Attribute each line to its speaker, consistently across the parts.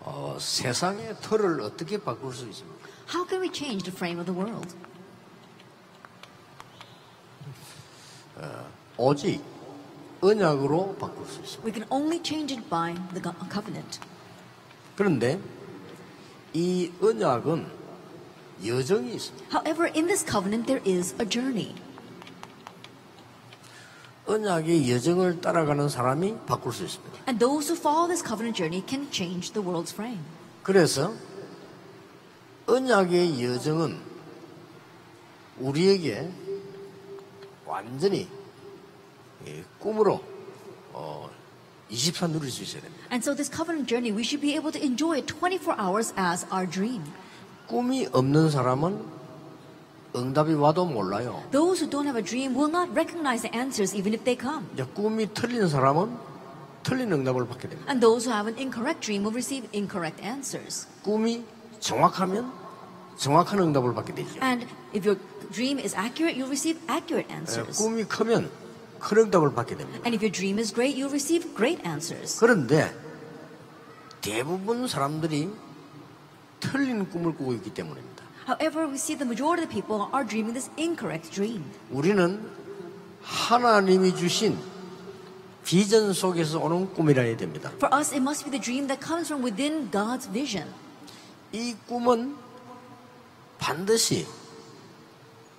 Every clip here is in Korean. Speaker 1: 어, 세상의 틀을 어떻게 바꿀 수 있습니까?
Speaker 2: How can we change the frame of the world?
Speaker 1: 오직 언약으로 바꿀 수 있습니다.
Speaker 2: We can only change it by the co- covenant.
Speaker 1: 그런데 이 언약은 여정이 있습니다.
Speaker 2: However, in this covenant, there is a journey.
Speaker 1: 언약의 여정을 따라가는 사람이 바꿀 수 있습니다.
Speaker 2: And those who follow this covenant journey can change the world's frame.
Speaker 1: 그래서 언약의 여정은 우리에게 완전히 예, 꿈으로 어, 24 누릴 수 있어야 됩니다.
Speaker 2: And so, this covenant journey, we should be able to enjoy it 24 hours as our dream.
Speaker 1: 꿈이 없는 사람은 응답이 와도 몰라요.
Speaker 2: Those who don't have a dream will not recognize the answers even if they come.
Speaker 1: 이제 꿈이 틀린 사람은 틀린 응답을 받게 됩니다.
Speaker 2: And those who have an incorrect dream will receive incorrect answers.
Speaker 1: 꿈이 정확하면 정확한 응답을 받게 되죠.
Speaker 2: And if your dream is accurate, you'll receive accurate
Speaker 1: 예,
Speaker 2: answers.
Speaker 1: 꿈이 크면 큰 응답을 받게 됩니다.
Speaker 2: And if your dream is great, you'll receive great answers.
Speaker 1: 그런데 대부분 사람들이 틀린 꿈을 꾸고 있기 때문입니다.
Speaker 2: However, we see the majority of the people are dreaming this incorrect dream.
Speaker 1: 우리는 하나님이 주신 비전 속에서 오는 꿈이라 해야 됩니다.
Speaker 2: For us, it must be the dream that comes from within God's vision.
Speaker 1: 이 꿈은 반드시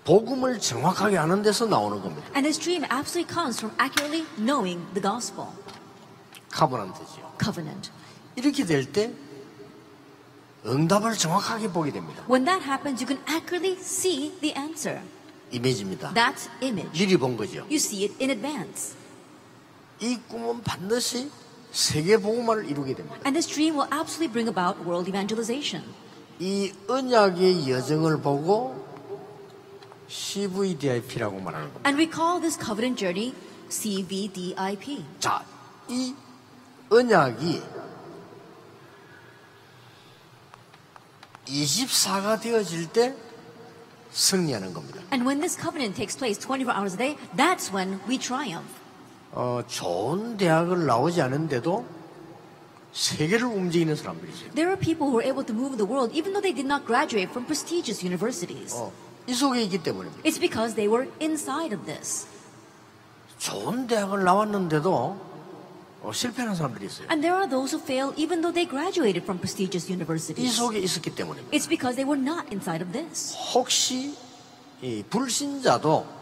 Speaker 1: 복음을 정확하게 아는 데서 나오는 겁니다.
Speaker 2: And this dream absolutely comes from accurately knowing the gospel,
Speaker 1: 카보란트지요.
Speaker 2: covenant.
Speaker 1: 이렇게 될 때 응답을 정확하게 보게 됩니다.
Speaker 2: When that happens, you can accurately see the answer.
Speaker 1: 이미지입니다.
Speaker 2: That image.
Speaker 1: 미리 본 거죠.
Speaker 2: You see it in advance.
Speaker 1: 이 꿈은 반드시 세계 복음화를 이루게 됩니다.
Speaker 2: And this dream will absolutely bring about world evangelization.
Speaker 1: 이 언약의 여정을 보고 CVDIP라고 말하는 겁니다.
Speaker 2: And we call this covenant journey CVDIP.
Speaker 1: 자, 이 언약이 24가 되어질 때 승리하는 겁니다.
Speaker 2: And when this covenant takes place 24 hours a day, that's when we triumph.
Speaker 1: 어, 좋은 대학을 나오지 않은데도 세계를 움직이는 사람들이 있어요.
Speaker 2: There are people who are able to move the world even though they did not graduate from prestigious universities.
Speaker 1: 어, 이 속에 있기 때문입니다.
Speaker 2: It's because they were inside of this.
Speaker 1: 좋은 대학을 나왔는데도 어, 실패하는 사람들이 있어요.
Speaker 2: And there are those who fail even though they graduated from prestigious
Speaker 1: 이
Speaker 2: universities.
Speaker 1: 속에 있었기 때문입니다.
Speaker 2: It's because they were not inside of this.
Speaker 1: 혹시 이 불신자도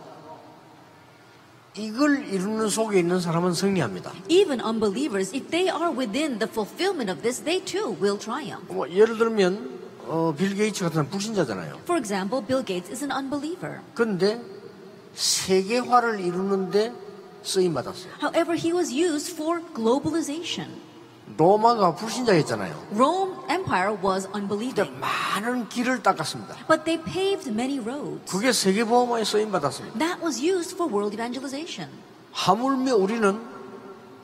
Speaker 1: 이걸 이루는 속에 있는 사람은 승리합니다.
Speaker 2: Even unbelievers, if they are within the fulfillment of this, they too will triumph.
Speaker 1: 뭐 예를 들면 어, 빌 게이츠 같은 사람 불신자잖아요.
Speaker 2: For example, Bill Gates is an unbeliever.
Speaker 1: 근데 세계화를 이루는데 쓰임 받았어요.
Speaker 2: However, he was used for globalization.
Speaker 1: 로마가 불신자였잖아요.
Speaker 2: Rome Empire was
Speaker 1: 근데
Speaker 2: unbelieving,
Speaker 1: 많은 길을 닦았습니다.
Speaker 2: but they paved many roads.
Speaker 1: 그게 세계 보험화에 쓰임 받았습니다.
Speaker 2: That was used for world evangelization.
Speaker 1: 하물며 우리는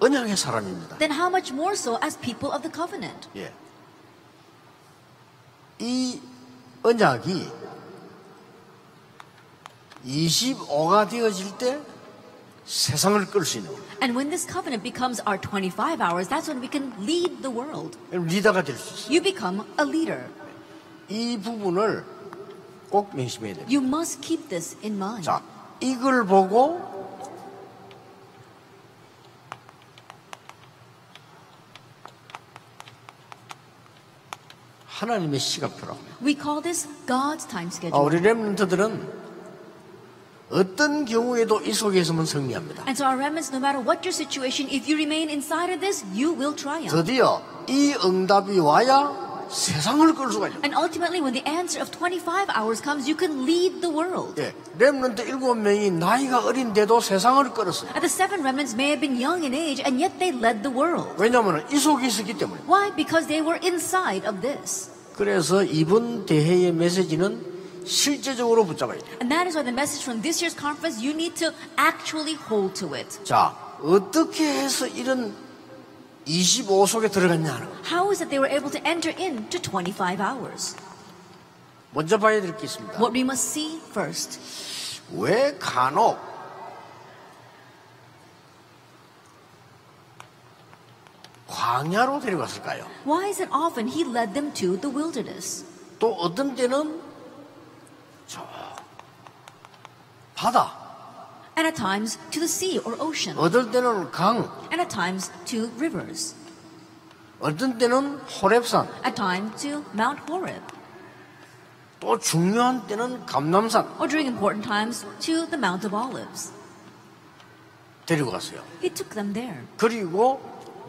Speaker 1: 언약의 사람입니다.
Speaker 2: Then how much more so as people of the covenant?
Speaker 1: 예. 이 언약이 25가 되어질 때 세상을 끌 수 있는 거예요.
Speaker 2: And when this covenant becomes our 25 hours, that's when we can lead the world.
Speaker 1: 그럼 리더가 될 수 있어요.
Speaker 2: You become a leader.
Speaker 1: 이 부분을 꼭 명심해야 됩니다.
Speaker 2: You must keep this in mind.
Speaker 1: 자, 이걸 보고 하나님의 시각표라고.
Speaker 2: We call this God's time
Speaker 1: 아,
Speaker 2: schedule.
Speaker 1: 우리 렘런트들은 어떤 경우에도 이 속에서만 승리합니다.
Speaker 2: And so, our remnants, no matter what your situation, if you remain inside of this, you will triumph.
Speaker 1: 드디어 이 응답이 와야 세상을 끌 수가 있는
Speaker 2: And ultimately, when the answer of 25 hours comes, you can lead the world.
Speaker 1: 거예요. 예, 렘런트 일곱 명이 나이가 어린데도 세상을 끌었어요.
Speaker 2: And the seven remnants may have been young in age, and yet they led the world.
Speaker 1: 왜냐하면 이 속에 있었기 때문에.
Speaker 2: Why? Because they were inside of this.
Speaker 1: 그래서 이번 대회의 메시지는 실제적으로 붙잡아야 돼요.
Speaker 2: And that is why the message from this year's conference, you need to actually hold to it.
Speaker 1: 자, 어떻게 해서 이런 25속에 들어갔냐 하는 거예요.
Speaker 2: How is it they were able to enter into 25 hours?
Speaker 1: 먼저 봐야 될 게 있습니다.
Speaker 2: What we must see first.
Speaker 1: 왜 간혹 광야로 데려갔을까요?
Speaker 2: Why is it often he led them to the wilderness?
Speaker 1: 또 어떤 때는 저 바다,
Speaker 2: And at times to the sea or ocean.
Speaker 1: 어떨 때는 강,
Speaker 2: And at times to rivers.
Speaker 1: 어떤 때는 호랩산,
Speaker 2: At times to Mount Horeb.
Speaker 1: 또 중요한 때는 감남산
Speaker 2: Or during important times to the Mount of Olives.
Speaker 1: 데리고 갔어요.
Speaker 2: He took them there.
Speaker 1: 그리고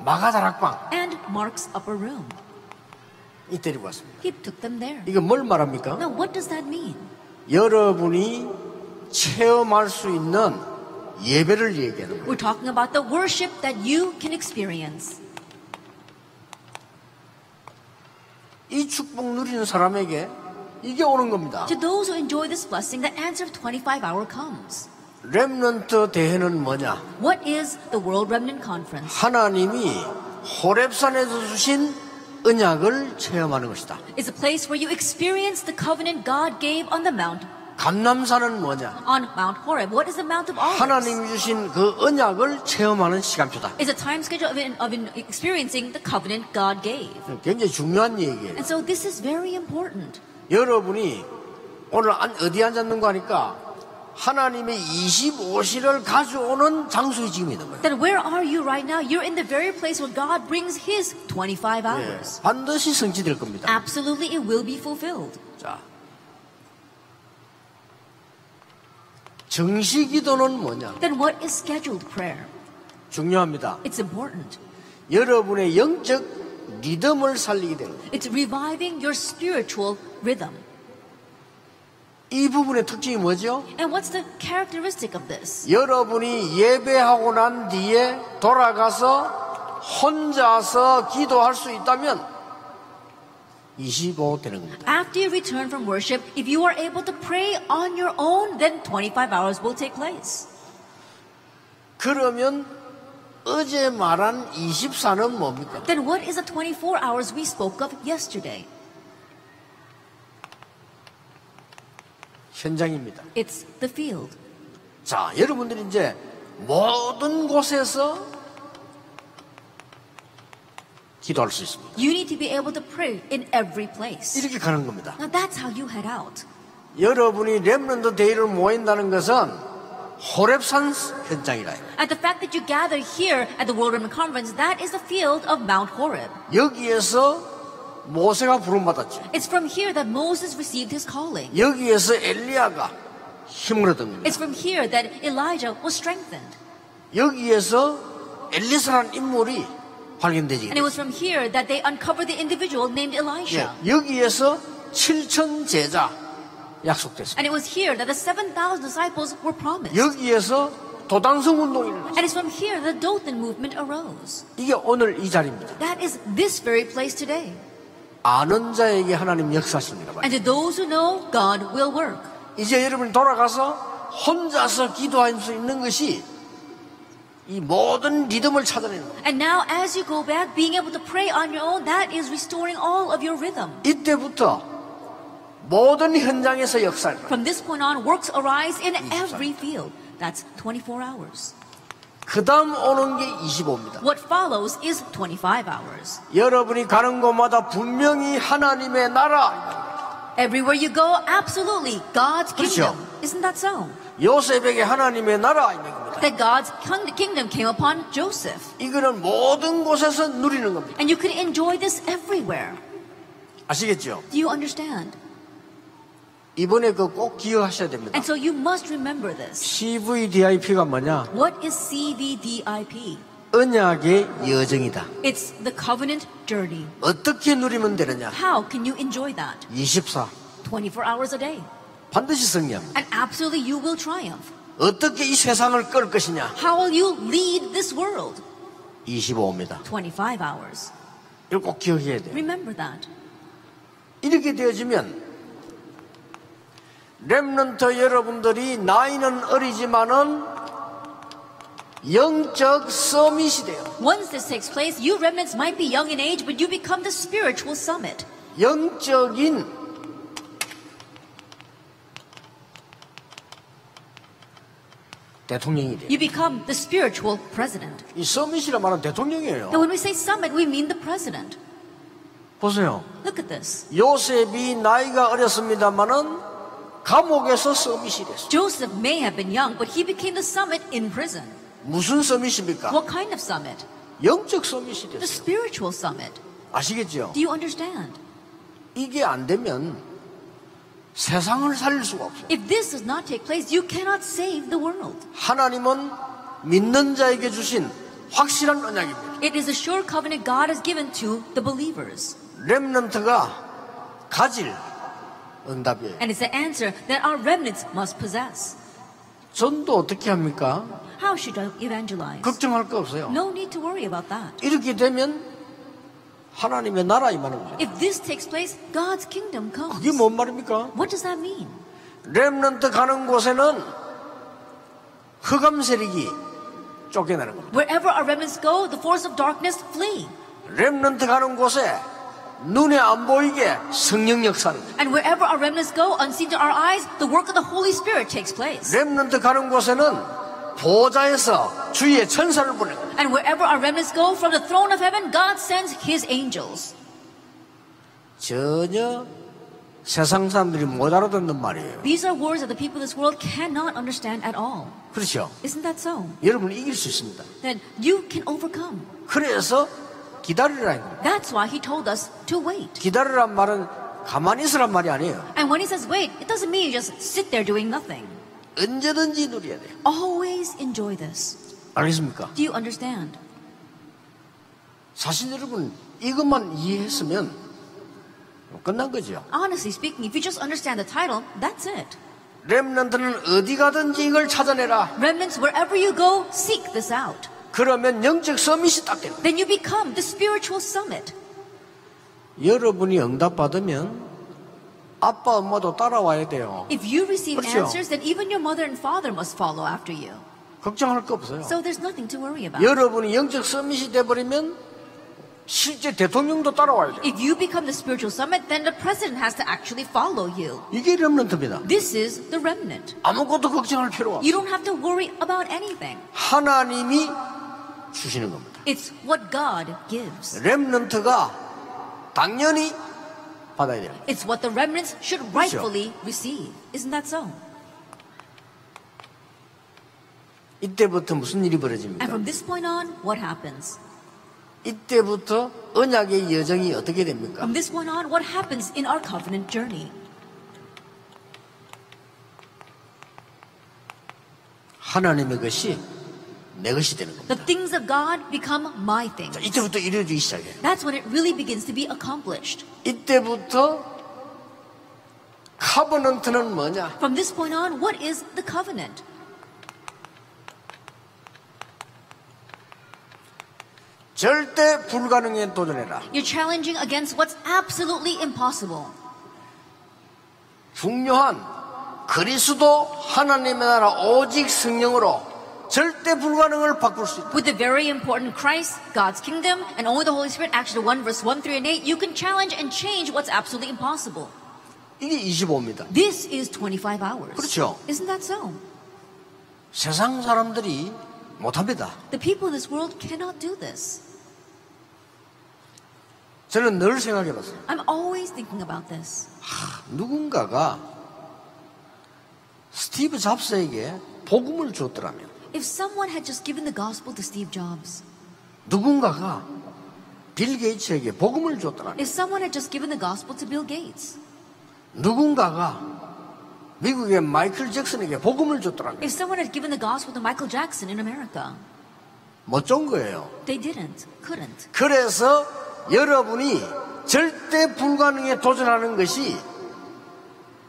Speaker 1: 마가다락방
Speaker 2: And Mark's upper room.
Speaker 1: 이 데리고 갔습니다.
Speaker 2: He took them there.
Speaker 1: 이거 뭘 말합니까?
Speaker 2: Now, what does that mean?
Speaker 1: 여러분이 체험할 수 있는 예배를 얘기하는 거예요.
Speaker 2: We're talking about the worship that you can experience.
Speaker 1: 이 축복 누리는 사람에게 이게 오는 겁니다.
Speaker 2: To those who enjoy this blessing, the answer of 25 hour comes.
Speaker 1: 렘넌트 대회는 뭐냐?
Speaker 2: What is the World Remnant Conference?
Speaker 1: 하나님이 호랩산에서 주신 언약을 체험하는 것이다.
Speaker 2: It's a place where you experience the covenant God gave on the Mount,
Speaker 1: 감남산은 뭐냐?
Speaker 2: on Mount Horeb. What is the Mount of Olives?
Speaker 1: 하나님이 주신 그 언약을 체험하는 시간표다.
Speaker 2: It's a time schedule of, of experiencing the covenant God gave.
Speaker 1: 굉장히 중요한 얘기예요.
Speaker 2: And so this is very important.
Speaker 1: 여러분이 오늘 안- 어디 앉았는 거 하니까 하나님의 25시를 가져오는 장소에 지금 있는 거예요.
Speaker 2: That where are you right now? You're in the very place where God brings His 25
Speaker 1: 예,
Speaker 2: hours.
Speaker 1: 반드시 성취될 겁니다.
Speaker 2: 아. Absolutely, it will be fulfilled.
Speaker 1: 자, 정시기도는 뭐냐?
Speaker 2: Then what is scheduled prayer?
Speaker 1: 중요합니다.
Speaker 2: It's important.
Speaker 1: 여러분의 영적 리듬을 살리게 되는 거예요.
Speaker 2: It's reviving your spiritual rhythm.
Speaker 1: 이 부분의 특징이 뭐죠?
Speaker 2: And what's the characteristic of this?
Speaker 1: 여러분이 예배하고 난 뒤에 돌아가서 혼자서 기도할 수 있다면 25 되는 겁니다.
Speaker 2: After you return from worship, if you are able to pray on your own, then 25 hours will take place.
Speaker 1: 그러면 어제 말한 24는 뭡니까?
Speaker 2: Then what is the 24 hours we spoke of yesterday?
Speaker 1: 현장입니다.
Speaker 2: It's the field.
Speaker 1: 자, 여러분들이 이제 모든 곳에서 기도할 수 있습니다.
Speaker 2: You need to be able to pray in every place.
Speaker 1: 이렇게 가는 겁니다.
Speaker 2: Now that's how you head out.
Speaker 1: 여러분이 렘런드 데이를 모인다는 것은 호랩산 현장이라 해요.
Speaker 2: At the fact that you gather here at the World Remnant Conference, that is the field of Mount Horeb.
Speaker 1: 여기에서 모세가 부름받았죠.
Speaker 2: It's from here that Moses received his calling.
Speaker 1: 여기에서 엘리야가 힘을 얻은 겁니다.
Speaker 2: It's from here that Elijah was strengthened.
Speaker 1: 여기에서 엘리사라는 인물이 발견되지.
Speaker 2: And it was from here that they uncovered the individual named Elisha.
Speaker 1: 예, 여기에서 7천 제자 약속됐습니다.
Speaker 2: And it was here that the 7,000 disciples were promised.
Speaker 1: 여기에서 도당성 운동이 일어났어요.
Speaker 2: And it's from here the Dothan movement arose.
Speaker 1: 이게 오늘 이 자리입니다.
Speaker 2: That is this very place today.
Speaker 1: 아는 자에게 하나님 역사하십니다.
Speaker 2: And to those who know, God will work.
Speaker 1: 이제 여러분이 돌아가서 혼자서 기도할 수 있는 것이 이 모든 리듬을 찾아내는 거예요.
Speaker 2: And now, as you go back, being able to pray on your own, that is restoring all of your rhythm.
Speaker 1: 이때부터 모든 현장에서 역사를 일어나요.
Speaker 2: From this point on, works arise in every field. That's 24 hours.
Speaker 1: 그 다음 오는 게 25입니다.
Speaker 2: What follows is 25 hours.
Speaker 1: 여러분이 가는 곳마다 분명히 하나님의 나라
Speaker 2: Everywhere you go, absolutely, God's
Speaker 1: 그렇죠.
Speaker 2: kingdom. Isn't that so?
Speaker 1: 요셉에게 하나님의 나라 있는 겁니다.
Speaker 2: that God's king- kingdom came upon Joseph.
Speaker 1: 이거는 모든 곳에서 누리는 겁니다.
Speaker 2: And you can enjoy this everywhere.
Speaker 1: 아시겠죠?
Speaker 2: Do you understand?
Speaker 1: 이번에 그 꼭 기억하셔야 됩니다.
Speaker 2: And so you must remember this.
Speaker 1: CVDIP가 뭐냐?
Speaker 2: What is CVDIP?
Speaker 1: 언약의 여정이다.
Speaker 2: It's the covenant journey.
Speaker 1: 어떻게 누리면 되느냐?
Speaker 2: How can you enjoy that?
Speaker 1: 24.
Speaker 2: 24 hours a day.
Speaker 1: 반드시 승리합니다.
Speaker 2: And absolutely you will triumph.
Speaker 1: 어떻게 이 세상을 끌 것이냐?
Speaker 2: How will you lead this world?
Speaker 1: 25입니다.
Speaker 2: 25 hours.
Speaker 1: 이걸 꼭 기억해야 돼요.
Speaker 2: Remember that.
Speaker 1: 이렇게 되어지면 렘넌트 여러분들이 나이는 어리지만은 영적 서밋이 돼요.
Speaker 2: Once this takes place, you remnants might be young in age, but you become the spiritual summit.
Speaker 1: 영적인 대통령이 돼요.
Speaker 2: You become the spiritual president.
Speaker 1: 이 서밋이라 말하면
Speaker 2: Now,
Speaker 1: 대통령이에요.
Speaker 2: when we say summit, we mean the president.
Speaker 1: 보세요.
Speaker 2: Look at this.
Speaker 1: 요셉이 나이가 어렸습니다만은 감옥에서 서밋이 됐어요.
Speaker 2: Joseph may have been young, but he became the summit in prison.
Speaker 1: 무슨 서밋입니까?
Speaker 2: What kind of summit?
Speaker 1: 영적 서밋이
Speaker 2: The
Speaker 1: 뭐? 됐어요.
Speaker 2: spiritual summit.
Speaker 1: 아시겠죠?
Speaker 2: Do you understand?
Speaker 1: 이게 안 되면 세상을 살릴 수가 없어요.
Speaker 2: If this does not take place, you cannot save the world.
Speaker 1: 하나님은 믿는 자에게 주신 확실한 언약입니다.
Speaker 2: It is a sure covenant God has given to the believers.
Speaker 1: 렘넌트가 가질 응답이에요.
Speaker 2: And it's the answer that our remnants must possess.
Speaker 1: 전도 어떻게 합니까?
Speaker 2: How should I evangelize?
Speaker 1: 걱정할 거 없어요.
Speaker 2: No need to worry about that.
Speaker 1: 이렇게 되면 하나님의 나라 임하는 거죠.
Speaker 2: If this takes place, God's kingdom comes.
Speaker 1: 그게 뭔 말입니까?
Speaker 2: What does that mean?
Speaker 1: 렘넌트 가는 곳에는 흑암 세력이 쫓겨나는 겁니다.
Speaker 2: Wherever our remnants go, the force of darkness flee.
Speaker 1: 렘넌트 가는 곳에 눈에 안 보이게 성령 역사는 거예요.
Speaker 2: And wherever our remnants go, unseen to our eyes, the work of the Holy Spirit takes place.
Speaker 1: 렘넌트 가는 곳에는 보좌에서 주의 천사를 보내는 거예요.
Speaker 2: And wherever our remnants go, from the throne of heaven, God sends His angels.
Speaker 1: 전혀 세상 사람들이 못 알아듣는 말이에요.
Speaker 2: These are words that the people of this world cannot understand at all.
Speaker 1: 그렇죠?
Speaker 2: Isn't that so?
Speaker 1: 여러분을 이길 수 있습니다.
Speaker 2: Then you can overcome.
Speaker 1: 그래서 기다리라는 겁니다.
Speaker 2: That's why He told us to wait.
Speaker 1: 기다리란 말은 가만히 있으란 말이 아니에요.
Speaker 2: And when He says wait, it doesn't mean you just sit there doing nothing.
Speaker 1: 언제든지 누려야 돼요.
Speaker 2: Always enjoy this.
Speaker 1: 알겠습니까?
Speaker 2: Do you understand?
Speaker 1: 사실 여러분 이것만 이해했으면 끝난 거죠.
Speaker 2: Honestly speaking, if you just understand the title, that's it.
Speaker 1: 렘넌트는 어디 가든지 이걸 찾아내라.
Speaker 2: Remnants, wherever you go, seek this out.
Speaker 1: 그러면 영적 서밋이 딱 되는 거예요.
Speaker 2: Then you become the spiritual summit.
Speaker 1: 여러분이 응답받으면 아빠 엄마도 따라와야 돼요.
Speaker 2: If you receive
Speaker 1: 그렇죠.
Speaker 2: answers, then even your mother and father must follow after you.
Speaker 1: 걱정할 거 없어요.
Speaker 2: So there's nothing to worry about.
Speaker 1: 여러분이 영적 서밋이 돼버리면 실제 대통령도 따라와야 돼요.
Speaker 2: If you become the spiritual summit, then the president has to actually follow you.
Speaker 1: 이게 렘넌트입니다.
Speaker 2: This is the remnant.
Speaker 1: 아무것도 걱정할 필요가 없어요.
Speaker 2: You don't have to worry about anything.
Speaker 1: 하나님이 주시는 겁니다.
Speaker 2: It's what God gives.
Speaker 1: 렘넌트가 당연히 받아야 돼요.
Speaker 2: It's what the remnants should rightfully receive. Isn't that so?
Speaker 1: 이때부터 무슨 일이
Speaker 2: And
Speaker 1: 벌어집니까?
Speaker 2: from this point on, what happens?
Speaker 1: 이때부터 언약의 여정이 어떻게 됩니까?
Speaker 2: From this point on, what happens in our covenant journey?
Speaker 1: 하나님의 것이 내 것이 되는 겁니다.
Speaker 2: The things of God become my things.
Speaker 1: 자, 이때부터 이루어지기 시작해요.
Speaker 2: That's when it really begins to be accomplished.
Speaker 1: 이때부터 카버넌트는 뭐냐?
Speaker 2: From this point on, what is the covenant?
Speaker 1: 절대 불가능에 도전해라.
Speaker 2: You're challenging against what's absolutely impossible.
Speaker 1: 중요한 그리스도 하나님의 나라 오직 성령으로 절대 불가능을 바꿀 수 있다.
Speaker 2: With the very important Christ, God's kingdom, and only the Holy Spirit, Acts 1, verse 1, 3, and 8, you can challenge and change what's absolutely impossible.
Speaker 1: 이게 25입니다.
Speaker 2: This is 25 hours.
Speaker 1: 그렇죠.
Speaker 2: Isn't that so?
Speaker 1: 세상 사람들이 못합니다.
Speaker 2: The people in this world cannot do this.
Speaker 1: 저는 늘 생각해봤어요.
Speaker 2: I'm always thinking about this.
Speaker 1: 누군가가 스티브 잡스에게 복음을 줬더라면
Speaker 2: If someone had just given the gospel to Steve Jobs,
Speaker 1: 누군가가 빌 게이츠에게 복음을 줬더라면
Speaker 2: if someone had just given the gospel to Bill Gates,
Speaker 1: 누군가가 미국의 마이클 잭슨에게 복음을 줬더라면
Speaker 2: If someone had given the gospel to Michael Jackson in America,
Speaker 1: 못 준 거예요.
Speaker 2: they didn't, couldn't.
Speaker 1: 그래서 여러분이 절대 불가능에 도전하는 것이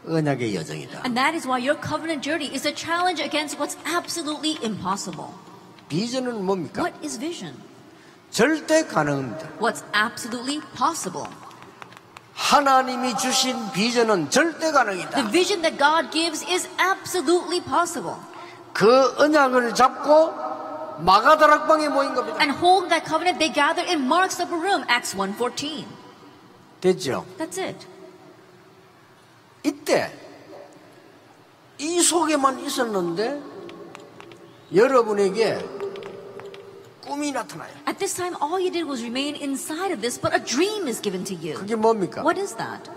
Speaker 1: 언약의 여정이다.
Speaker 2: And that is why your covenant journey is a challenge against what's absolutely impossible.
Speaker 1: 비전은 뭡니까?
Speaker 2: What is vision?
Speaker 1: 절대 가능합니다.
Speaker 2: What's absolutely possible?
Speaker 1: 하나님이 주신 비전은 절대
Speaker 2: The
Speaker 1: 가능이다.
Speaker 2: vision that God gives is absolutely possible.
Speaker 1: 그 언약을 잡고 마가다락방에 모인 겁니다.
Speaker 2: And holding that covenant, they gather in Mark's upper room, Acts 1.14.
Speaker 1: 됐죠?
Speaker 2: That's it.
Speaker 1: 이때 이 속에만 있었는데 여러분에게 꿈이 나타나요.
Speaker 2: At this time, all you did was remain inside of this, but a dream is given to you.
Speaker 1: 그게 뭡니까?
Speaker 2: What is that?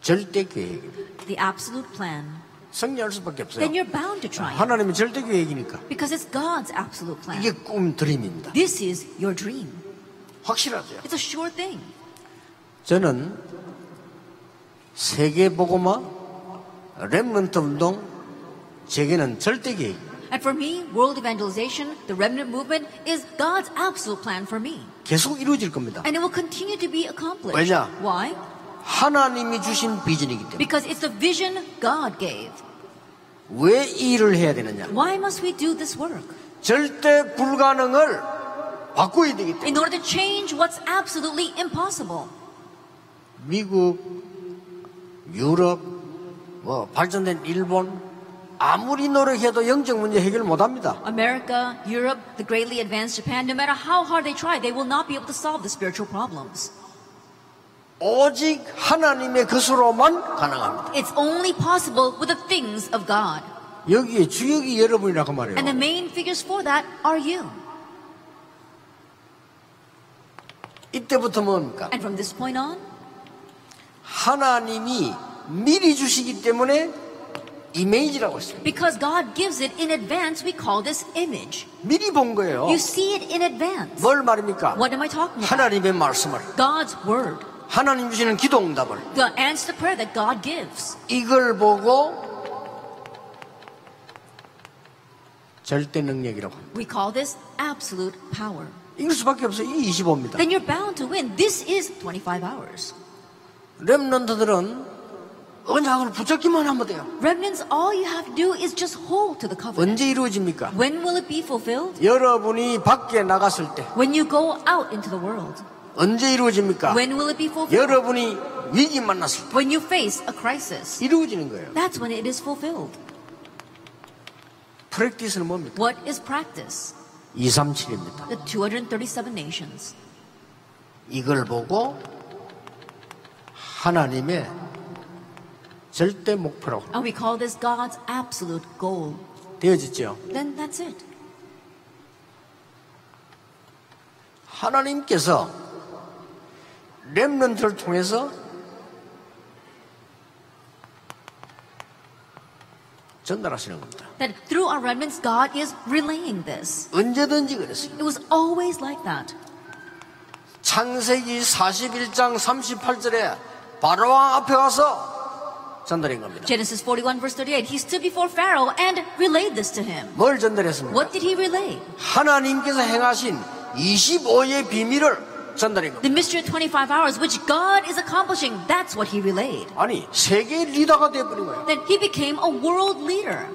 Speaker 1: 절대 계획입니다.
Speaker 2: The absolute plan.
Speaker 1: 승리할 수밖에
Speaker 2: Then
Speaker 1: 없어요.
Speaker 2: you're bound to triumph
Speaker 1: 하나님의 절대 계획이니까.
Speaker 2: because it's God's absolute plan.
Speaker 1: 이게 꿈 드림입니다.
Speaker 2: This is your dream.
Speaker 1: 확실하죠.
Speaker 2: It's a sure thing.
Speaker 1: 저는 세계보고마 랩먼트 운동 제게는 절대 계획.
Speaker 2: And for me, world evangelization, the remnant movement, is God's absolute plan for me.
Speaker 1: 계속 이루어질 겁니다.
Speaker 2: And it will continue to be accomplished.
Speaker 1: 왜냐?
Speaker 2: Why?
Speaker 1: 하나님이 주신 비전이기 때문에
Speaker 2: Because it's the vision God gave.
Speaker 1: 왜 이 일을 해야 되느냐?
Speaker 2: Why must we do this work?
Speaker 1: 절대 불가능을 바꿔야 되기 때문에
Speaker 2: In order to change what's absolutely impossible.
Speaker 1: 미국, 유럽, 뭐 발전된 일본 아무리 노력해도 영적 문제 해결 못합니다.
Speaker 2: America, Europe, the greatly advanced Japan, no matter how hard they try, they will not be able to solve the spiritual problems.
Speaker 1: 오직 하나님의 것으로만 가능합니다.
Speaker 2: It's only possible with the things of God.
Speaker 1: 여기에 주역이 여러분이라고 그
Speaker 2: And the
Speaker 1: 말해요.
Speaker 2: main figures for that are you.
Speaker 1: 이때부터 뭡니까?
Speaker 2: And from this point on,
Speaker 1: 하나님이 미리 주시기 때문에 이미지라고 했습니다.
Speaker 2: because God gives it in advance, we call this image.
Speaker 1: 미리 본 거예요.
Speaker 2: You see it in advance.
Speaker 1: 뭘 말입니까?
Speaker 2: What am I talking about?
Speaker 1: 하나님의 말씀을
Speaker 2: God's word.
Speaker 1: 하나님 주시는 기도 응답을
Speaker 2: The answer to prayer that God gives.
Speaker 1: 이걸 보고 절대 능력이라고 합니다.
Speaker 2: We call this absolute power.
Speaker 1: 이길 수밖에 없어요. 이 25입니다.
Speaker 2: Then you're bound to win. This is 25 hours.
Speaker 1: 렘런트들은 언약을 붙잡기만 하면 돼요.
Speaker 2: Remnants, all you have to do is just hold to the covenant.
Speaker 1: 언제 이루어집니까?
Speaker 2: When will it be fulfilled?
Speaker 1: 여러분이 밖에 나갔을 때
Speaker 2: When you go out into the world.
Speaker 1: 언제 이루어집니까?
Speaker 2: When will it be fulfilled?
Speaker 1: 여러분이 위기 만났을 때
Speaker 2: When you face a crisis.
Speaker 1: 이루어지는 거예요.
Speaker 2: That's when it is fulfilled.
Speaker 1: 프랙티스는 뭡니까?
Speaker 2: What is practice?
Speaker 1: 237입니다.
Speaker 2: The 237 nations.
Speaker 1: 이걸 보고 하나님의 절대 목표라고
Speaker 2: And we call this God's absolute goal.
Speaker 1: 되어졌죠.
Speaker 2: Then that's it.
Speaker 1: 하나님께서 렘런트를 통해서 전달하시는 겁니다.
Speaker 2: That through our remnants, God is relaying this.
Speaker 1: 언제든지 그랬어요.
Speaker 2: It was always like that.
Speaker 1: 창세기 41장 38절에 바로왕 앞에 가서 전달한 겁니다.
Speaker 2: Genesis 41, verse 38. He stood before Pharaoh and relayed this to him.
Speaker 1: 뭘 전달했습니까?
Speaker 2: What did he relay?
Speaker 1: 하나님께서 행하신 25의 비밀을 전달한 겁니다.
Speaker 2: The mystery of 25 hours, which God is accomplishing. That's what he relayed.
Speaker 1: 아니 세계 리더가 되어버린 거예요.
Speaker 2: Then he became a world leader.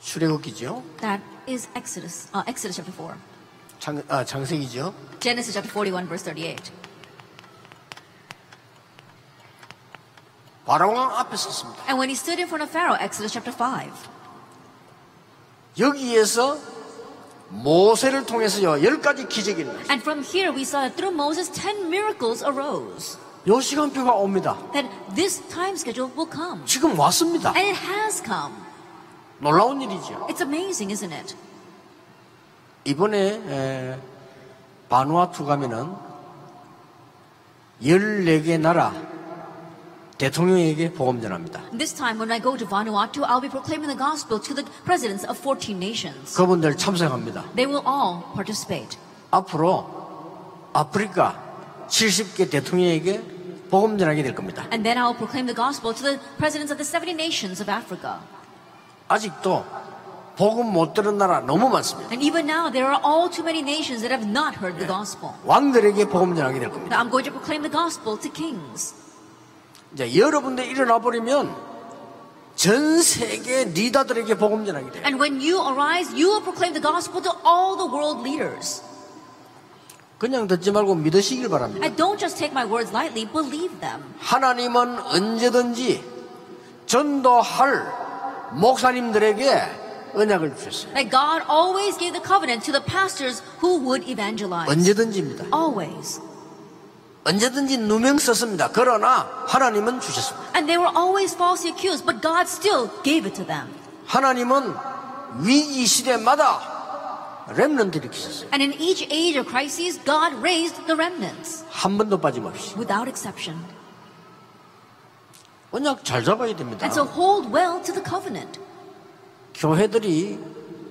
Speaker 1: 출애굽기죠.
Speaker 2: That is Exodus, uh, Exodus chapter 4.
Speaker 1: 창, 아, 창세기죠.
Speaker 2: Genesis chapter 41, verse 38.
Speaker 1: 바로왕 앞에 섰습니다.
Speaker 2: And when he stood in front of Pharaoh, Exodus chapter 5.
Speaker 1: 여기에서 모세를 통해서요 열 가지 기적이 일어요
Speaker 2: And from here we saw that through Moses, 10 miracles arose.
Speaker 1: 요 시간표가 옵니다.
Speaker 2: That this time schedule will come.
Speaker 1: 지금 왔습니다.
Speaker 2: And it has come.
Speaker 1: 놀라운 일이죠.
Speaker 2: It's amazing, isn't it?
Speaker 1: 이번에 에, 바누아투 가면은 14개 나라 대통령에게 복음 전합니다.
Speaker 2: This time, when I go to Vanuatu, I'll be proclaiming the gospel to the presidents of 14 nations.
Speaker 1: 그분들 참석합니다.
Speaker 2: They will all participate.
Speaker 1: 앞으로 아프리카 70개 대통령에게 복음 전하게 될 겁니다.
Speaker 2: And then I'll proclaim the gospel to the presidents of the 70 nations of Africa.
Speaker 1: 아직도 복음 못 들은 나라 너무 많습니다.
Speaker 2: And even now, there are all too many nations that have not heard the gospel.
Speaker 1: 왕들에게 복음 전하게 될 겁니다.
Speaker 2: Now, I'm going to proclaim the gospel to kings.
Speaker 1: 이제 여러분들 일어나 버리면 전 세계 리더들에게 복음 전하게 돼요.
Speaker 2: And when you arise, you will proclaim the gospel to all the world leaders.
Speaker 1: 그냥 듣지 말고 믿으시길 바랍니다.
Speaker 2: And don't just take my words lightly, believe them.
Speaker 1: 하나님은 언제든지 전도할 목사님들에게 언약을 주셨어요.
Speaker 2: That God always gave
Speaker 1: 아,
Speaker 2: the covenant to the pastors who would evangelize.
Speaker 1: 언제든지입니다.
Speaker 2: Always.
Speaker 1: 언제든지 누명 썼습니다. 그러나 하나님은 주셨습니다.
Speaker 2: And they were always falsely accused, but God still gave it to them.
Speaker 1: 하나님은 위기 시대마다 렘넌트를 키셨어요.
Speaker 2: And in each age of crises, God raised the remnants
Speaker 1: 한 번도 빠짐없이.
Speaker 2: without exception.
Speaker 1: 언약 잘 잡아야 됩니다.
Speaker 2: And so hold well to the covenant.
Speaker 1: 교회들이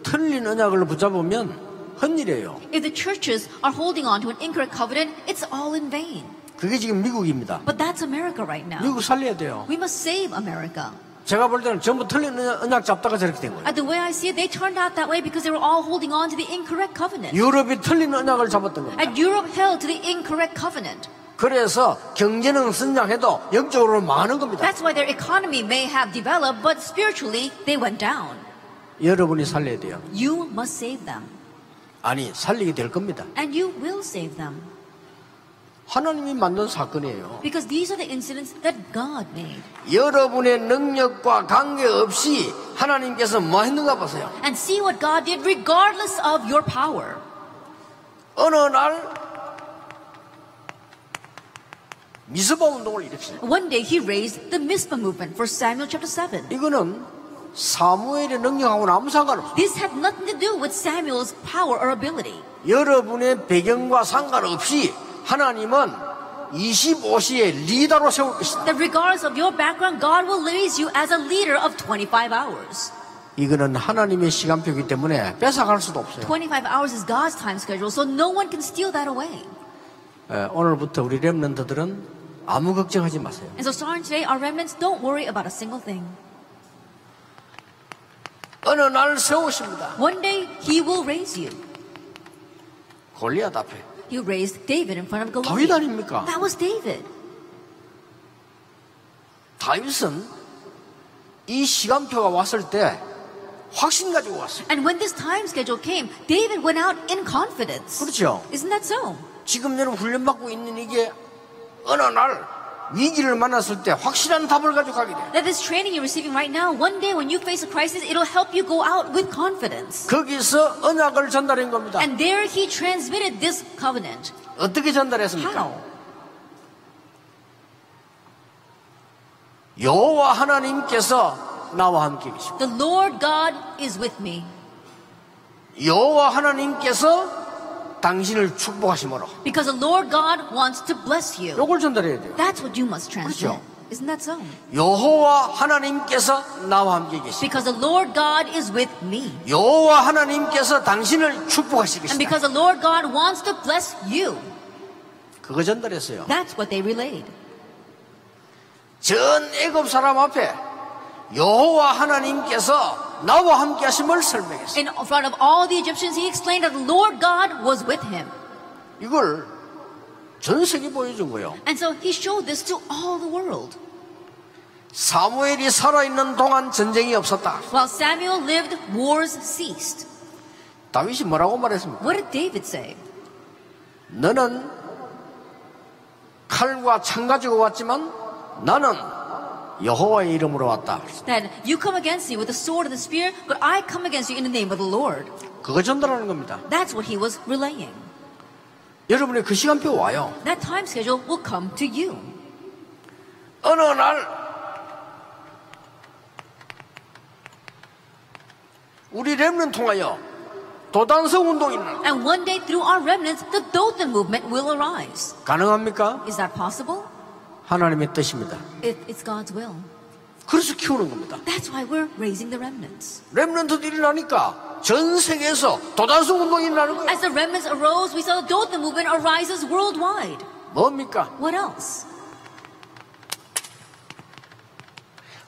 Speaker 1: 틀린 언약을 붙잡으면 헛일이에요.
Speaker 2: If the churches are holding on to an incorrect covenant, it's all in vain.
Speaker 1: 그게 지금 미국입니다.
Speaker 2: But that's America right now.
Speaker 1: 미국 살려야 돼요.
Speaker 2: We must save America.
Speaker 1: 제가 볼 때는 전부 틀린 언약- 언약 잡다가 저렇게 된 거예요.
Speaker 2: And the way I see it, they turned out that way because they were all holding on to the incorrect covenant.
Speaker 1: 유럽이 틀린 언약을 잡았던 겁니다.
Speaker 2: And Europe held to the incorrect covenant.
Speaker 1: 그래서 경제는 성장해도 영적으로 망하는 겁니다.
Speaker 2: That's why their economy may have developed, but spiritually, they went down.
Speaker 1: 여러분이 살려야 돼요.
Speaker 2: You must save them.
Speaker 1: 아니, 살리게 될 겁니다.
Speaker 2: And you will save them.
Speaker 1: 하나님이 만든 사건이에요.
Speaker 2: Because these are the incidents that God made.
Speaker 1: 여러분의 능력과 관계없이 하나님께서 뭐 했는가 보세요.
Speaker 2: And see what God did regardless of your power.
Speaker 1: 어느 날 미스바 운동을 일으키죠.
Speaker 2: One day he raised the Mizpah movement for Samuel chapter 7.
Speaker 1: 이거는 사무엘의 능력하고는 아무 상관없어요.
Speaker 2: This had nothing to do with Samuel's power or ability.
Speaker 1: 여러분의 배경과 상관없이 하나님은 25시에 리더로 세울 것이다.
Speaker 2: That regardless of your background, God will raise you as a leader of 25 hours.
Speaker 1: 이거는 하나님의 시간표이기 때문에 뺏어갈 수도 없어요.
Speaker 2: 25 hours is God's time schedule, so no one can steal that away.
Speaker 1: 에, 예, 오늘부터 우리 렘런트들은 아무 걱정하지 마세요.
Speaker 2: And so starting today, our remnants don't worry about a single thing.
Speaker 1: 어느 날 세우십니다.
Speaker 2: One day he will raise you.
Speaker 1: 골리앗 앞에
Speaker 2: He raised David in front of
Speaker 1: 다윗
Speaker 2: Goliath.
Speaker 1: 아닙니까?
Speaker 2: That was David.
Speaker 1: 다윗은 이 시간표가 왔을 때 확신 가지고 왔어요.
Speaker 2: And when this time schedule came, David went out in confidence.
Speaker 1: 그렇죠.
Speaker 2: Isn't that so?
Speaker 1: 지금 여러분 훈련받고 있는 이게 어느 날 위기를 만났을 때 확실한 답을 가지고 가게 돼요.
Speaker 2: That this training you're receiving right now, one day when you face a crisis, it'll help you go out with confidence.
Speaker 1: 거기서 언약을 전달한 겁니다.
Speaker 2: And there he transmitted this covenant.
Speaker 1: 어떻게 전달했습니까?
Speaker 2: How?
Speaker 1: 여호와 하나님께서 나와 함께 계십니다.
Speaker 2: The Lord God is with me
Speaker 1: 여호와 하나님께서 당신을 축복하심으로
Speaker 2: because the Lord God wants to bless you.
Speaker 1: 요걸 전달해야 돼요.
Speaker 2: That's what you must transmit.
Speaker 1: 그렇죠.
Speaker 2: Isn't that so?
Speaker 1: 여호와 하나님께서 나와 함께 계십니다.
Speaker 2: Because the Lord God is with me.
Speaker 1: 여호와 하나님께서 당신을 축복하실
Speaker 2: And
Speaker 1: 것이다.
Speaker 2: because the Lord God wants to bless you.
Speaker 1: 그거 전달했어요.
Speaker 2: That's what they relayed.
Speaker 1: 전 애굽 사람 앞에 여호와 하나님께서 나와 함께 하심을 설명했어요.
Speaker 2: In front of all the Egyptians, he explained that the Lord God was with him.
Speaker 1: 이걸 전 세계 보여준 거예요.
Speaker 2: And so he showed this to all the world.
Speaker 1: 사무엘이 살아있는 동안 전쟁이 없었다.
Speaker 2: While Samuel lived, wars ceased.
Speaker 1: 다윗이 뭐라고 말했습니까?
Speaker 2: What did David say?
Speaker 1: 너는 칼과 창 가지고 왔지만 나는 여호와의 이름으로 왔다.
Speaker 2: That you come against me with the sword and the spear, but I come against you in the name of the Lord.
Speaker 1: 그거 전달하는 겁니다.
Speaker 2: That's what he was relaying.
Speaker 1: 여러분의 그 시간표 와요.
Speaker 2: That time schedule will come to you.
Speaker 1: 어느 날 우리 렘는 통하여 도단서 운동이 일어나-
Speaker 2: And one day, through our remnants, the Dothan movement will arise.
Speaker 1: 가능합니까?
Speaker 2: Is that possible?
Speaker 1: 하나님의 뜻입니다.
Speaker 2: It, it's God's will.
Speaker 1: 그래서 키우는 겁니다.
Speaker 2: That's why we're raising the remnants.
Speaker 1: 렘런트도 일어나니까 전 세계에서 도단서 운동이 일어나는 거예요.
Speaker 2: As the remnants arose, we saw the Dothan movement arises worldwide.
Speaker 1: 뭡니까?
Speaker 2: What else?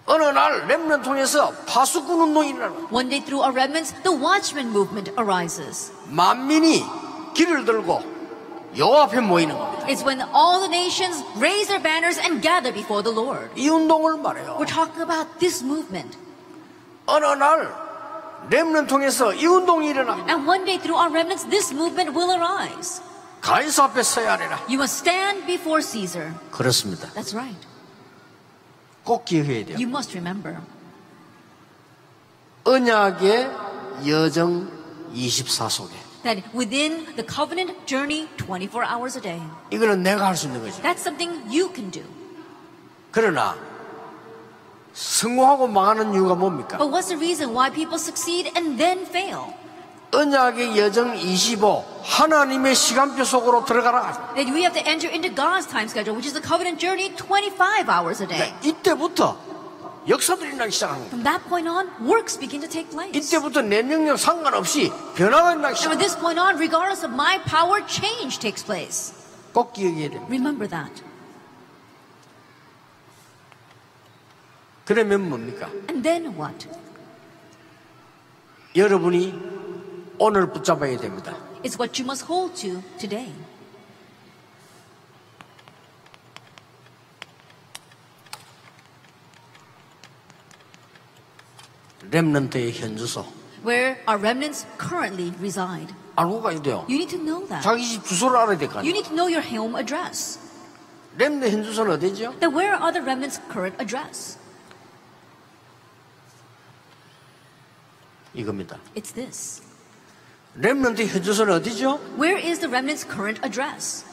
Speaker 1: 어느 날 렘런 통해서 파수꾼 운동이 일어나는 거예요.
Speaker 2: One day, through our remnants, the Watchman movement arises.
Speaker 1: 만민이 길을 들고 여호와 앞에 모이는 겁니다.
Speaker 2: It's when all the nations raise their banners and gather before the Lord.
Speaker 1: 이 운동을 말해요.
Speaker 2: We're talking about this movement.
Speaker 1: 어느 날 렘런 통해서 이 운동이 일어나
Speaker 2: And one day, through our remnants, this movement will arise.
Speaker 1: 가이사 앞에 서야 하리라.
Speaker 2: You must stand before Caesar.
Speaker 1: 그렇습니다.
Speaker 2: That's right.
Speaker 1: 꼭 기억해야 돼요.
Speaker 2: You must remember.
Speaker 1: 언약의 여정 24 속에
Speaker 2: that within the covenant journey 24 hours a day.
Speaker 1: 이거는 내가 할 수 있는 거지.
Speaker 2: That's something you can do.
Speaker 1: 그러나 성공하고 망하는 이유가 뭡니까?
Speaker 2: But what's the reason why people succeed and then fail?
Speaker 1: 언약의 여정 25 하나님의 시간표 속으로 들어가라.
Speaker 2: That we have to enter into God's time schedule, which is the covenant journey 25 hours a day.
Speaker 1: 그러니까 이때부터 역사들이 나기 시작하는 거야.
Speaker 2: From that point on, works begin to take place.
Speaker 1: 이때부터 내 능력 상관없이 변화가 나기
Speaker 2: And
Speaker 1: 시작.
Speaker 2: from this point on, regardless of my power, change takes place.
Speaker 1: 꼭 기억해야 됩니다.
Speaker 2: Remember that.
Speaker 1: 그러면 뭡니까?
Speaker 2: And then what?
Speaker 1: 여러분이 오늘 붙잡아야 됩니다.
Speaker 2: It's what you must hold to today.
Speaker 1: 렘넌트의 현주소
Speaker 2: Where our remnants currently reside.
Speaker 1: 알고 가야 돼요.
Speaker 2: You need to know that.
Speaker 1: 자기 집 주소를 알아야 될 거
Speaker 2: You
Speaker 1: 아니에요.
Speaker 2: need to know your home address.
Speaker 1: 렘넌트 현주소는 어디죠?
Speaker 2: That where are the remnants' current address?
Speaker 1: 이겁니다.
Speaker 2: It's this.
Speaker 1: 렘넌트 현주소는 어디죠?
Speaker 2: Where is the remnants' current address?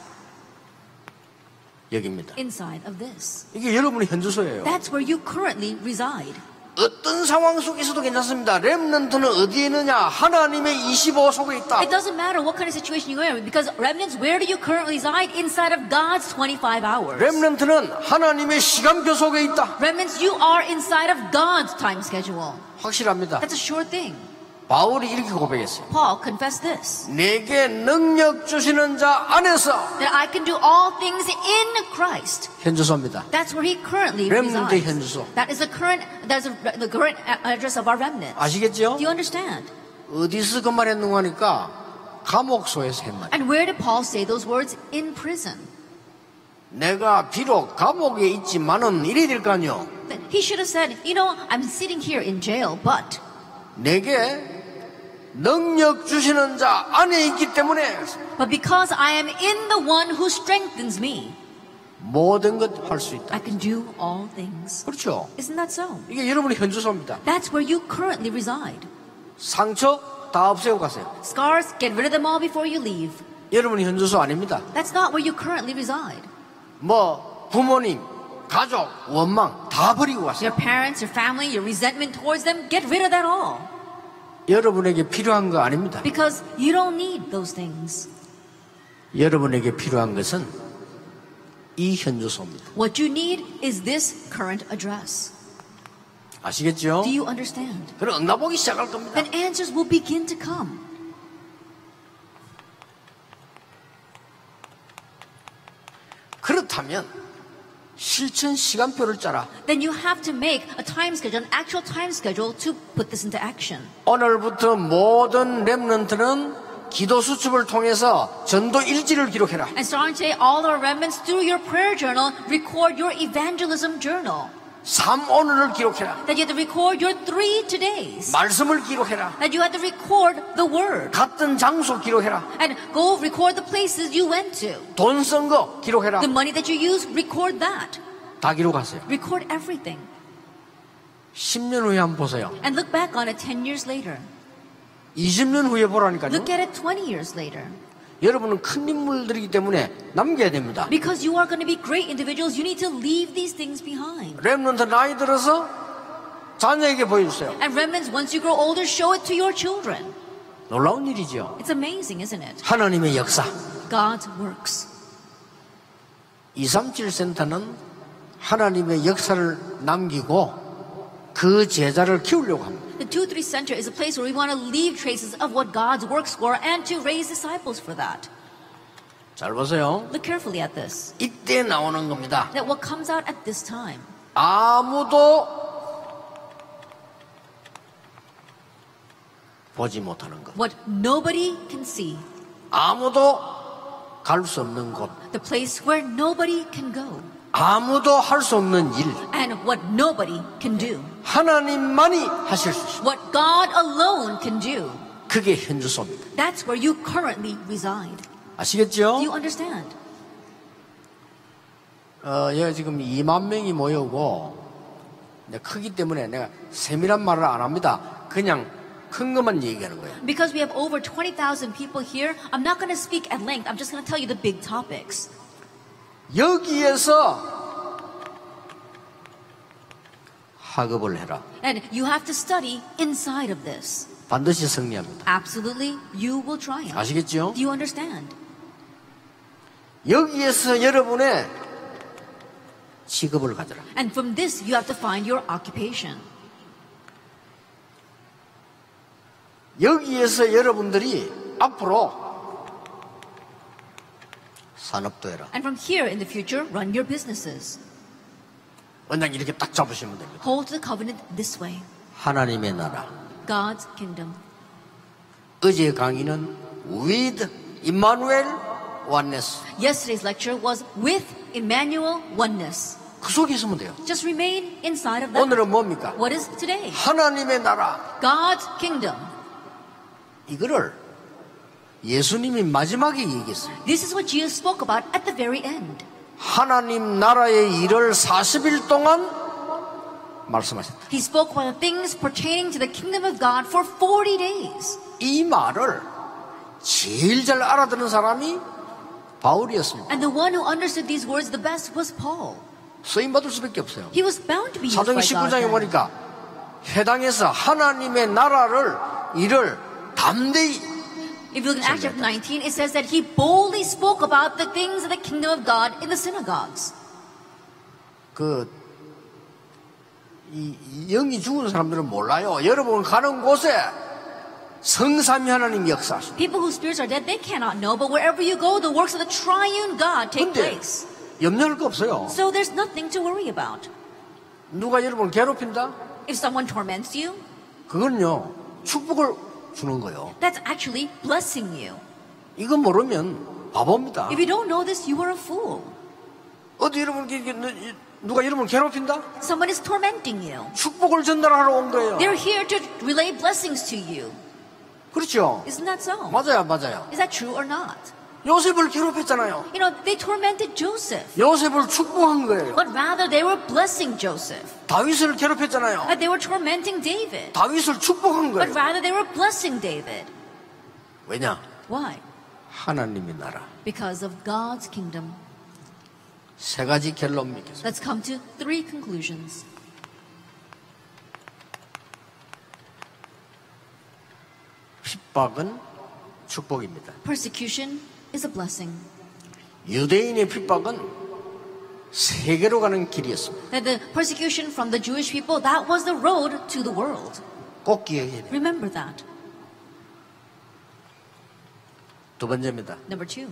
Speaker 1: 여기입니다.
Speaker 2: Inside of this.
Speaker 1: 이게 여러분의 현주소예요.
Speaker 2: That's where you currently reside.
Speaker 1: 어떤 상황 속에서도 괜찮습니다. 렘넌트는 어디에 있느냐? 하나님의 25 속에 있다.
Speaker 2: It doesn't matter what kind of situation you're in because remnants, where do you currently reside? Inside of God's 25 hours.
Speaker 1: 렘넌트는 하나님의 시간표 속에 있다.
Speaker 2: Remnants, you are inside of God's time schedule.
Speaker 1: 확실합니다.
Speaker 2: That's a sure thing.
Speaker 1: 바울이 이렇게 고백했어요.
Speaker 2: Paul confessed this
Speaker 1: 내게 능력 주시는 자 안에서
Speaker 2: that I can do all things in Christ.
Speaker 1: 현주소입니다.
Speaker 2: That's where he currently
Speaker 1: Remnant
Speaker 2: resides.
Speaker 1: 현소.
Speaker 2: That is the current, that's the the current a- address of our remnant.
Speaker 1: 아시겠죠?
Speaker 2: Do you understand?
Speaker 1: 어디서 그 말했는가 하니까 감옥소에서 했말
Speaker 2: And where did Paul say those words? In prison.
Speaker 1: 내가 비록 감옥에 있지만은 이래 될거 아니요.
Speaker 2: That He should have said, you know, I'm sitting here in jail, but
Speaker 1: 내게 능력 주시는 자 안에 있기 때문에
Speaker 2: but because I am in the one who strengthens me,
Speaker 1: 모든 것 할 수 있다.
Speaker 2: I can do all things.
Speaker 1: 그렇죠?
Speaker 2: Isn't that so?
Speaker 1: 이게 여러분의 현주소입니다.
Speaker 2: That's where you currently reside.
Speaker 1: 상처 다 없애고 가세요.
Speaker 2: Scars, get rid of them all before you leave.
Speaker 1: 여러분의 현주소 아닙니다.
Speaker 2: That's not where you currently reside.
Speaker 1: 뭐 부모님, 가족, 원망 다 버리고 가세요.
Speaker 2: Your parents, your family, your resentment towards them, get rid of that all.
Speaker 1: 여러분에게 필요한 거 아닙니다.
Speaker 2: Because you don't need those things.
Speaker 1: 여러분에게 필요한 것은 이 현주소입니다.
Speaker 2: What you need is this current address.
Speaker 1: 아시겠죠?
Speaker 2: Do you understand?
Speaker 1: 그럼 응답하기 시작할 겁니다.
Speaker 2: Then answers will begin to come.
Speaker 1: 그렇다면 실천 시간표를 짜라.
Speaker 2: Then you have to make a time schedule, an actual time schedule to put this into action.
Speaker 1: 오늘부터 모든 렘넌트는 기도 수첩을 통해서 전도 일지를 기록해라.
Speaker 2: And starting today, all our remnants through your prayer journal, record your evangelism journal.
Speaker 1: 삼 오늘을 기록해라.
Speaker 2: That you have to record your three todays.
Speaker 1: 말씀을 기록해라.
Speaker 2: That you have to record the word.
Speaker 1: 갔던 장소 기록해라.
Speaker 2: And go record the places you went to.
Speaker 1: 돈 쓴 거 기록해라.
Speaker 2: The money that you used, record that.
Speaker 1: 다 기록하세요.
Speaker 2: Record everything.
Speaker 1: 10년 후에 한번 보세요.
Speaker 2: And look back on it 10 years later.
Speaker 1: 20년 후에 보라니까요.
Speaker 2: Look at it 20 years later.
Speaker 1: 여러분은 큰 인물들이기 때문에 남겨야 됩니다.
Speaker 2: Because you are going to be great individuals, you need to leave these things behind.
Speaker 1: 렘넌트 나이 들어서 자녀에게 보여주세요.
Speaker 2: And remnants, once you grow older, show it to your children.
Speaker 1: 놀라운 일이죠.
Speaker 2: It's amazing, isn't it?
Speaker 1: 하나님의 역사.
Speaker 2: God's works.
Speaker 1: 237 센터는 하나님의 역사를 남기고 그 제자를 키우려고 합니다.
Speaker 2: The 2-3 Center is a place where we want to leave traces of what God's works were and to raise disciples for that.
Speaker 1: 잘 보세요.
Speaker 2: Look carefully at this.
Speaker 1: 이때 나오는 겁니다.
Speaker 2: That what comes out at this time.
Speaker 1: 아무도 보지 못하는 것.
Speaker 2: What nobody can see.
Speaker 1: 아무도 갈 수 없는 곳.
Speaker 2: The place where nobody can go.
Speaker 1: 아무도 할 수 없는 일.
Speaker 2: And what nobody can do.
Speaker 1: 하나님만이 하실 수 있어요.
Speaker 2: What God alone can do.
Speaker 1: 그게 현주소입니다.
Speaker 2: That's where you currently reside. Do you
Speaker 1: 아시겠죠?
Speaker 2: understand?
Speaker 1: 어, 예, 지금 2만 명이 모여고, 이제 크기 때문에 내가 세밀한 말을 안 합니다. 그냥 큰 것만 얘기하는 거예요.
Speaker 2: Because we have over 20,000 people here, I'm not going to speak at length. I'm just going to tell you the big topics.
Speaker 1: 여기에서 학업을 해라.
Speaker 2: And you have to study inside of this.
Speaker 1: 반드시 승리합니다.
Speaker 2: Absolutely, you will triumph.
Speaker 1: 아시겠죠?
Speaker 2: Do you understand?
Speaker 1: 여기에서 여러분의 직업을 가져라.
Speaker 2: And from this, you have to find your occupation.
Speaker 1: 여기에서 여러분들이 앞으로 산업도 해라.
Speaker 2: And from here in the future, run your businesses.
Speaker 1: 원장 이렇게 딱 잡으시면 됩니다.
Speaker 2: Hold the covenant this way
Speaker 1: 하나님의 나라.
Speaker 2: God's kingdom.
Speaker 1: 어제 강의는 with Emmanuel oneness.
Speaker 2: Yesterday's lecture was with Emmanuel Oneness.
Speaker 1: 그 속에 있으면 돼요.
Speaker 2: Just remain inside of that.
Speaker 1: 오늘은 뭡니까?
Speaker 2: What is today?
Speaker 1: 하나님의 나라.
Speaker 2: God's kingdom.
Speaker 1: 이거를 예수님이 마지막에 얘기했어요.
Speaker 2: This is what Jesus spoke about at the very end.
Speaker 1: 하나님 나라의 일을 40일 동안 말씀하셨다.
Speaker 2: He spoke about the things pertaining to the kingdom of God for 40 days.
Speaker 1: 이 말을 제일 잘 알아듣는 사람이 바울이었습니다.
Speaker 2: And the one who understood these words the best was Paul.
Speaker 1: 쓰임 받을 수밖에 없어요.
Speaker 2: He was bound to be used by
Speaker 1: 사도행
Speaker 2: God.
Speaker 1: 19장에
Speaker 2: then.
Speaker 1: 보니까 해당해서 하나님의 나라를 일을 담대히
Speaker 2: If you look in Acts chapter 19, it says that he boldly spoke about the things of the kingdom of God in the synagogues.
Speaker 1: 그 이, 이 영이 죽은 사람들은 몰라요. 여러분 가는 곳에 성삼위 하나님 역사하시.
Speaker 2: People whose spirits are dead, they cannot know, but wherever you go, the works of the triune God take
Speaker 1: 근데
Speaker 2: place.
Speaker 1: 염려할 거 없어요.
Speaker 2: So there's nothing to worry about.
Speaker 1: 누가 여러분 괴롭힌다?
Speaker 2: If someone torments you,
Speaker 1: 그건요 축복을 주는 거예요.
Speaker 2: that's actually blessing you.
Speaker 1: 이거 모르면 바보입니다.
Speaker 2: If you don't know this, you are a fool.
Speaker 1: 어디 여러분 이렇게 누- 누가 여러분 괴롭힌다?
Speaker 2: Someone is tormenting you.
Speaker 1: 축복을 전달하러 온 거예요.
Speaker 2: They're here to relay blessings to you.
Speaker 1: 그렇죠?
Speaker 2: Isn't that so?
Speaker 1: 맞아요, 맞아요.
Speaker 2: Is that true or not?
Speaker 1: 요셉을 괴롭혔잖아요.
Speaker 2: You know, they tormented Joseph,
Speaker 1: 요셉을 축복한 거예요.
Speaker 2: but rather they were blessing Joseph.
Speaker 1: 다윗을 괴롭혔잖아요.
Speaker 2: But they were tormenting David,
Speaker 1: 다윗을 축복한
Speaker 2: but
Speaker 1: 거예요.
Speaker 2: rather they were blessing David.
Speaker 1: 왜냐?
Speaker 2: Why?
Speaker 1: 하나님의 나라.
Speaker 2: Because of God's kingdom.
Speaker 1: 세 가지 결론 믿겠습니다.
Speaker 2: Let's come to three conclusions.
Speaker 1: 핍박은 축복입니다.
Speaker 2: Persecution is a blessing.
Speaker 1: 유대인의 핍박은 세계로 가는 길이었습니다.
Speaker 2: That the persecution from the Jewish people, that was the road to the world.
Speaker 1: 꼭 기억해야 돼요.
Speaker 2: Remember that.
Speaker 1: 두 번째입니다.
Speaker 2: Number two.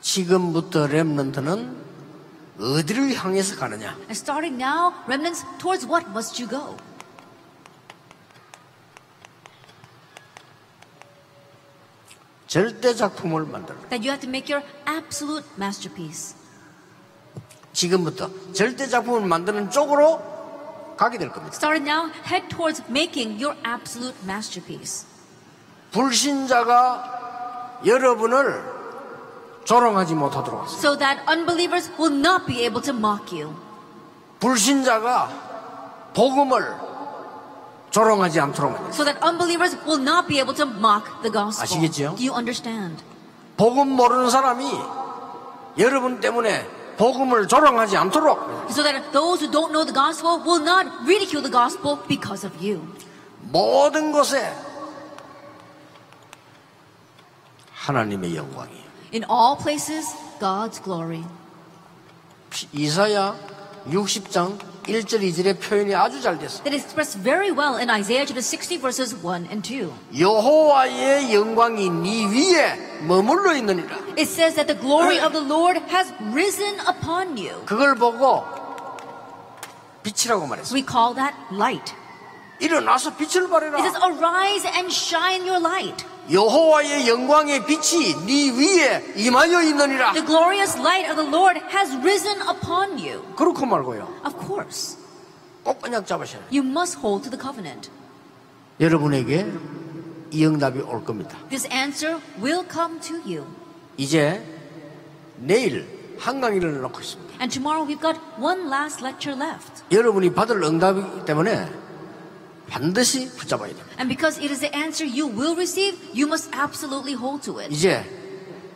Speaker 1: 지금부터 렘넌트는 어디를 향해서 가느냐?
Speaker 2: And starting now, remnants, towards what must you go?
Speaker 1: 절대 작품을 만들라.
Speaker 2: That you have to make your absolute masterpiece.
Speaker 1: 지금부터 절대 작품을 만드는 쪽으로 가게 될 겁니다.
Speaker 2: Starting now, head towards making your absolute masterpiece.
Speaker 1: 불신자가 여러분을 조롱하지 못하도록 하세요.
Speaker 2: So that unbelievers will not be able to mock you.
Speaker 1: 불신자가 복음을 조롱하지 않도록 하세요.
Speaker 2: So that unbelievers will not be able to mock the gospel.
Speaker 1: 아시겠죠?
Speaker 2: Do you understand?
Speaker 1: 복음 모르는 사람이 여러분 때문에 복음을 조롱하지 않도록
Speaker 2: So that those who don't know the gospel will not ridicule the gospel because of you.
Speaker 1: 모든 곳에 하나님의 영광이
Speaker 2: In all places, God's glory.
Speaker 1: 이사야 60장 1절 2절의 표현이 아주 잘 됐어요.
Speaker 2: That is expressed very well in Isaiah chapter 60 verses 1 and 2.
Speaker 1: 여호와의 영광이 네 위에 머물러 있느니라.
Speaker 2: It says that the glory of the Lord has risen upon you.
Speaker 1: 그걸 보고 빛이라고 말했어요.
Speaker 2: We call that light.
Speaker 1: 일어나서 빛을 발해라.
Speaker 2: It says, arise and shine your light.
Speaker 1: 여호와의 영광의 빛이 네 위에 임하여 있느니라.
Speaker 2: The glorious light of the Lord has risen upon you.
Speaker 1: 그렇고 말고요.
Speaker 2: Of course,
Speaker 1: 꼭 그냥 잡으셔야 돼요.
Speaker 2: you must hold to the covenant.
Speaker 1: 여러분에게 이 응답이 올 겁니다.
Speaker 2: This answer will come to you.
Speaker 1: 이제 내일 한강일을 놓고 있습니다.
Speaker 2: And tomorrow we've got one last lecture left.
Speaker 1: 여러분이 받을 응답이기 때문에 반드시 붙잡아야 됩니다.
Speaker 2: And because it is the answer you will receive, you must absolutely hold to it.
Speaker 1: 이제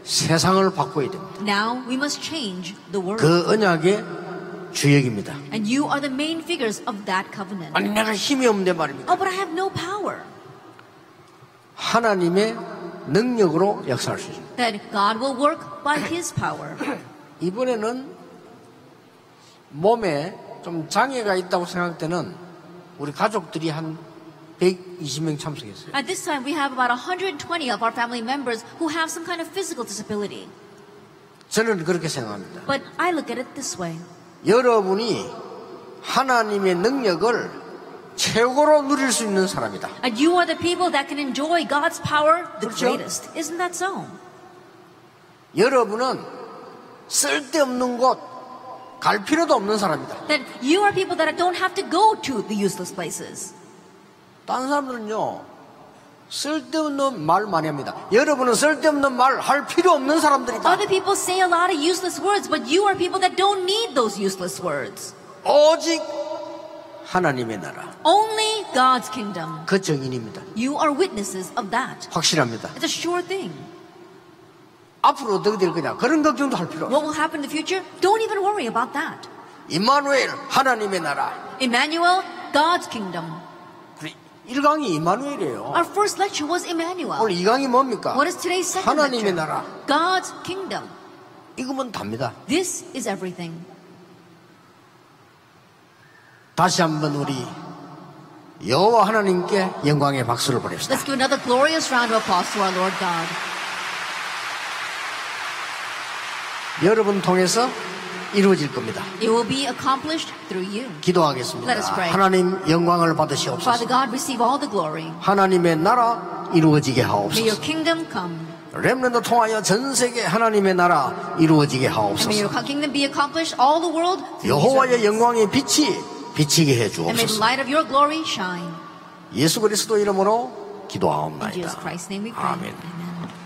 Speaker 1: 세상을 바꿔야 됩니다.
Speaker 2: Now we must change the world.
Speaker 1: 그 언약의 주역입니다.
Speaker 2: And you are the main figures of that covenant.
Speaker 1: 아니 내가 힘이 없는데 말입니다.
Speaker 2: Oh, but I have no power.
Speaker 1: 하나님의 능력으로 역사할 수 있습니다.
Speaker 2: That God will work by His power.
Speaker 1: 이번에는 몸에 좀 장애가 있다고 생각되는 우리 가족들이 한 120명 참석했어요.
Speaker 2: At this time, we have about 120 of our family members who have some kind of physical disability.
Speaker 1: 저는 그렇게 생각합니다.
Speaker 2: But I look at it this way
Speaker 1: 여러분이 하나님의 능력을 최고로 누릴 수 있는 사람이다.
Speaker 2: And you are the people that can enjoy God's power the
Speaker 1: 그렇죠?
Speaker 2: greatest. Isn't that so?
Speaker 1: 여러분은 쓸데없는 곳 갈 필요도 없는 사람이다.
Speaker 2: That you are people that don't have to go to the useless places.
Speaker 1: 딴 사람들은요 쓸데없는 말 많이 합니다. 여러분은 쓸데없는 말 할 필요 없는 사람들이다.
Speaker 2: Other people say a lot of useless words, but you are people that don't need those useless words.
Speaker 1: 오직 하나님의 나라
Speaker 2: Only God's kingdom.
Speaker 1: 그 정인입니다.
Speaker 2: You are witnesses of that.
Speaker 1: 확실합니다.
Speaker 2: It's a sure thing.
Speaker 1: 앞으로 어떻게 될 거냐 그런 걱정도 할 필요 없어.
Speaker 2: What will happen in the future? Don't even worry about that.
Speaker 1: 이마누엘 하나님의 나라
Speaker 2: Emmanuel, God's kingdom.
Speaker 1: 우리 1강이 이마누엘이에요.
Speaker 2: Our first lecture was Emmanuel.
Speaker 1: 오늘 2강이 뭡니까?
Speaker 2: What is today's second
Speaker 1: 하나님의
Speaker 2: lecture?
Speaker 1: 나라
Speaker 2: God's kingdom.
Speaker 1: 이거면 답니다.
Speaker 2: This is everything.
Speaker 1: 다시 한번 우리 여호와 하나님께 영광의 박수를 보냅시다.
Speaker 2: Let's give another glorious round of applause to our Lord God.
Speaker 1: 여러분 통해서 이루어질 겁니다.
Speaker 2: It will be accomplished through you. Let
Speaker 1: 기도하겠습니다.
Speaker 2: us pray.
Speaker 1: 하나님 영광을
Speaker 2: Father
Speaker 1: 받으시옵소서.
Speaker 2: God, receive all the glory.
Speaker 1: 하나님의 나라 이루어지게
Speaker 2: May your
Speaker 1: 하옵소서.
Speaker 2: kingdom come.
Speaker 1: 렘런드 통하여 전 세계 하나님의 나라 이루어지게
Speaker 2: And may your
Speaker 1: 하옵소서.
Speaker 2: kingdom be accomplished all the world through
Speaker 1: 여호와의
Speaker 2: Jesus.
Speaker 1: 영광의 빛이 비치게 해
Speaker 2: And may the
Speaker 1: 주옵소서.
Speaker 2: light of your glory shine.
Speaker 1: 예수 그리스도 이름으로
Speaker 2: In Jesus
Speaker 1: 기도하옵나이다.
Speaker 2: Christ's name we pray.
Speaker 1: 아멘.
Speaker 2: Amen.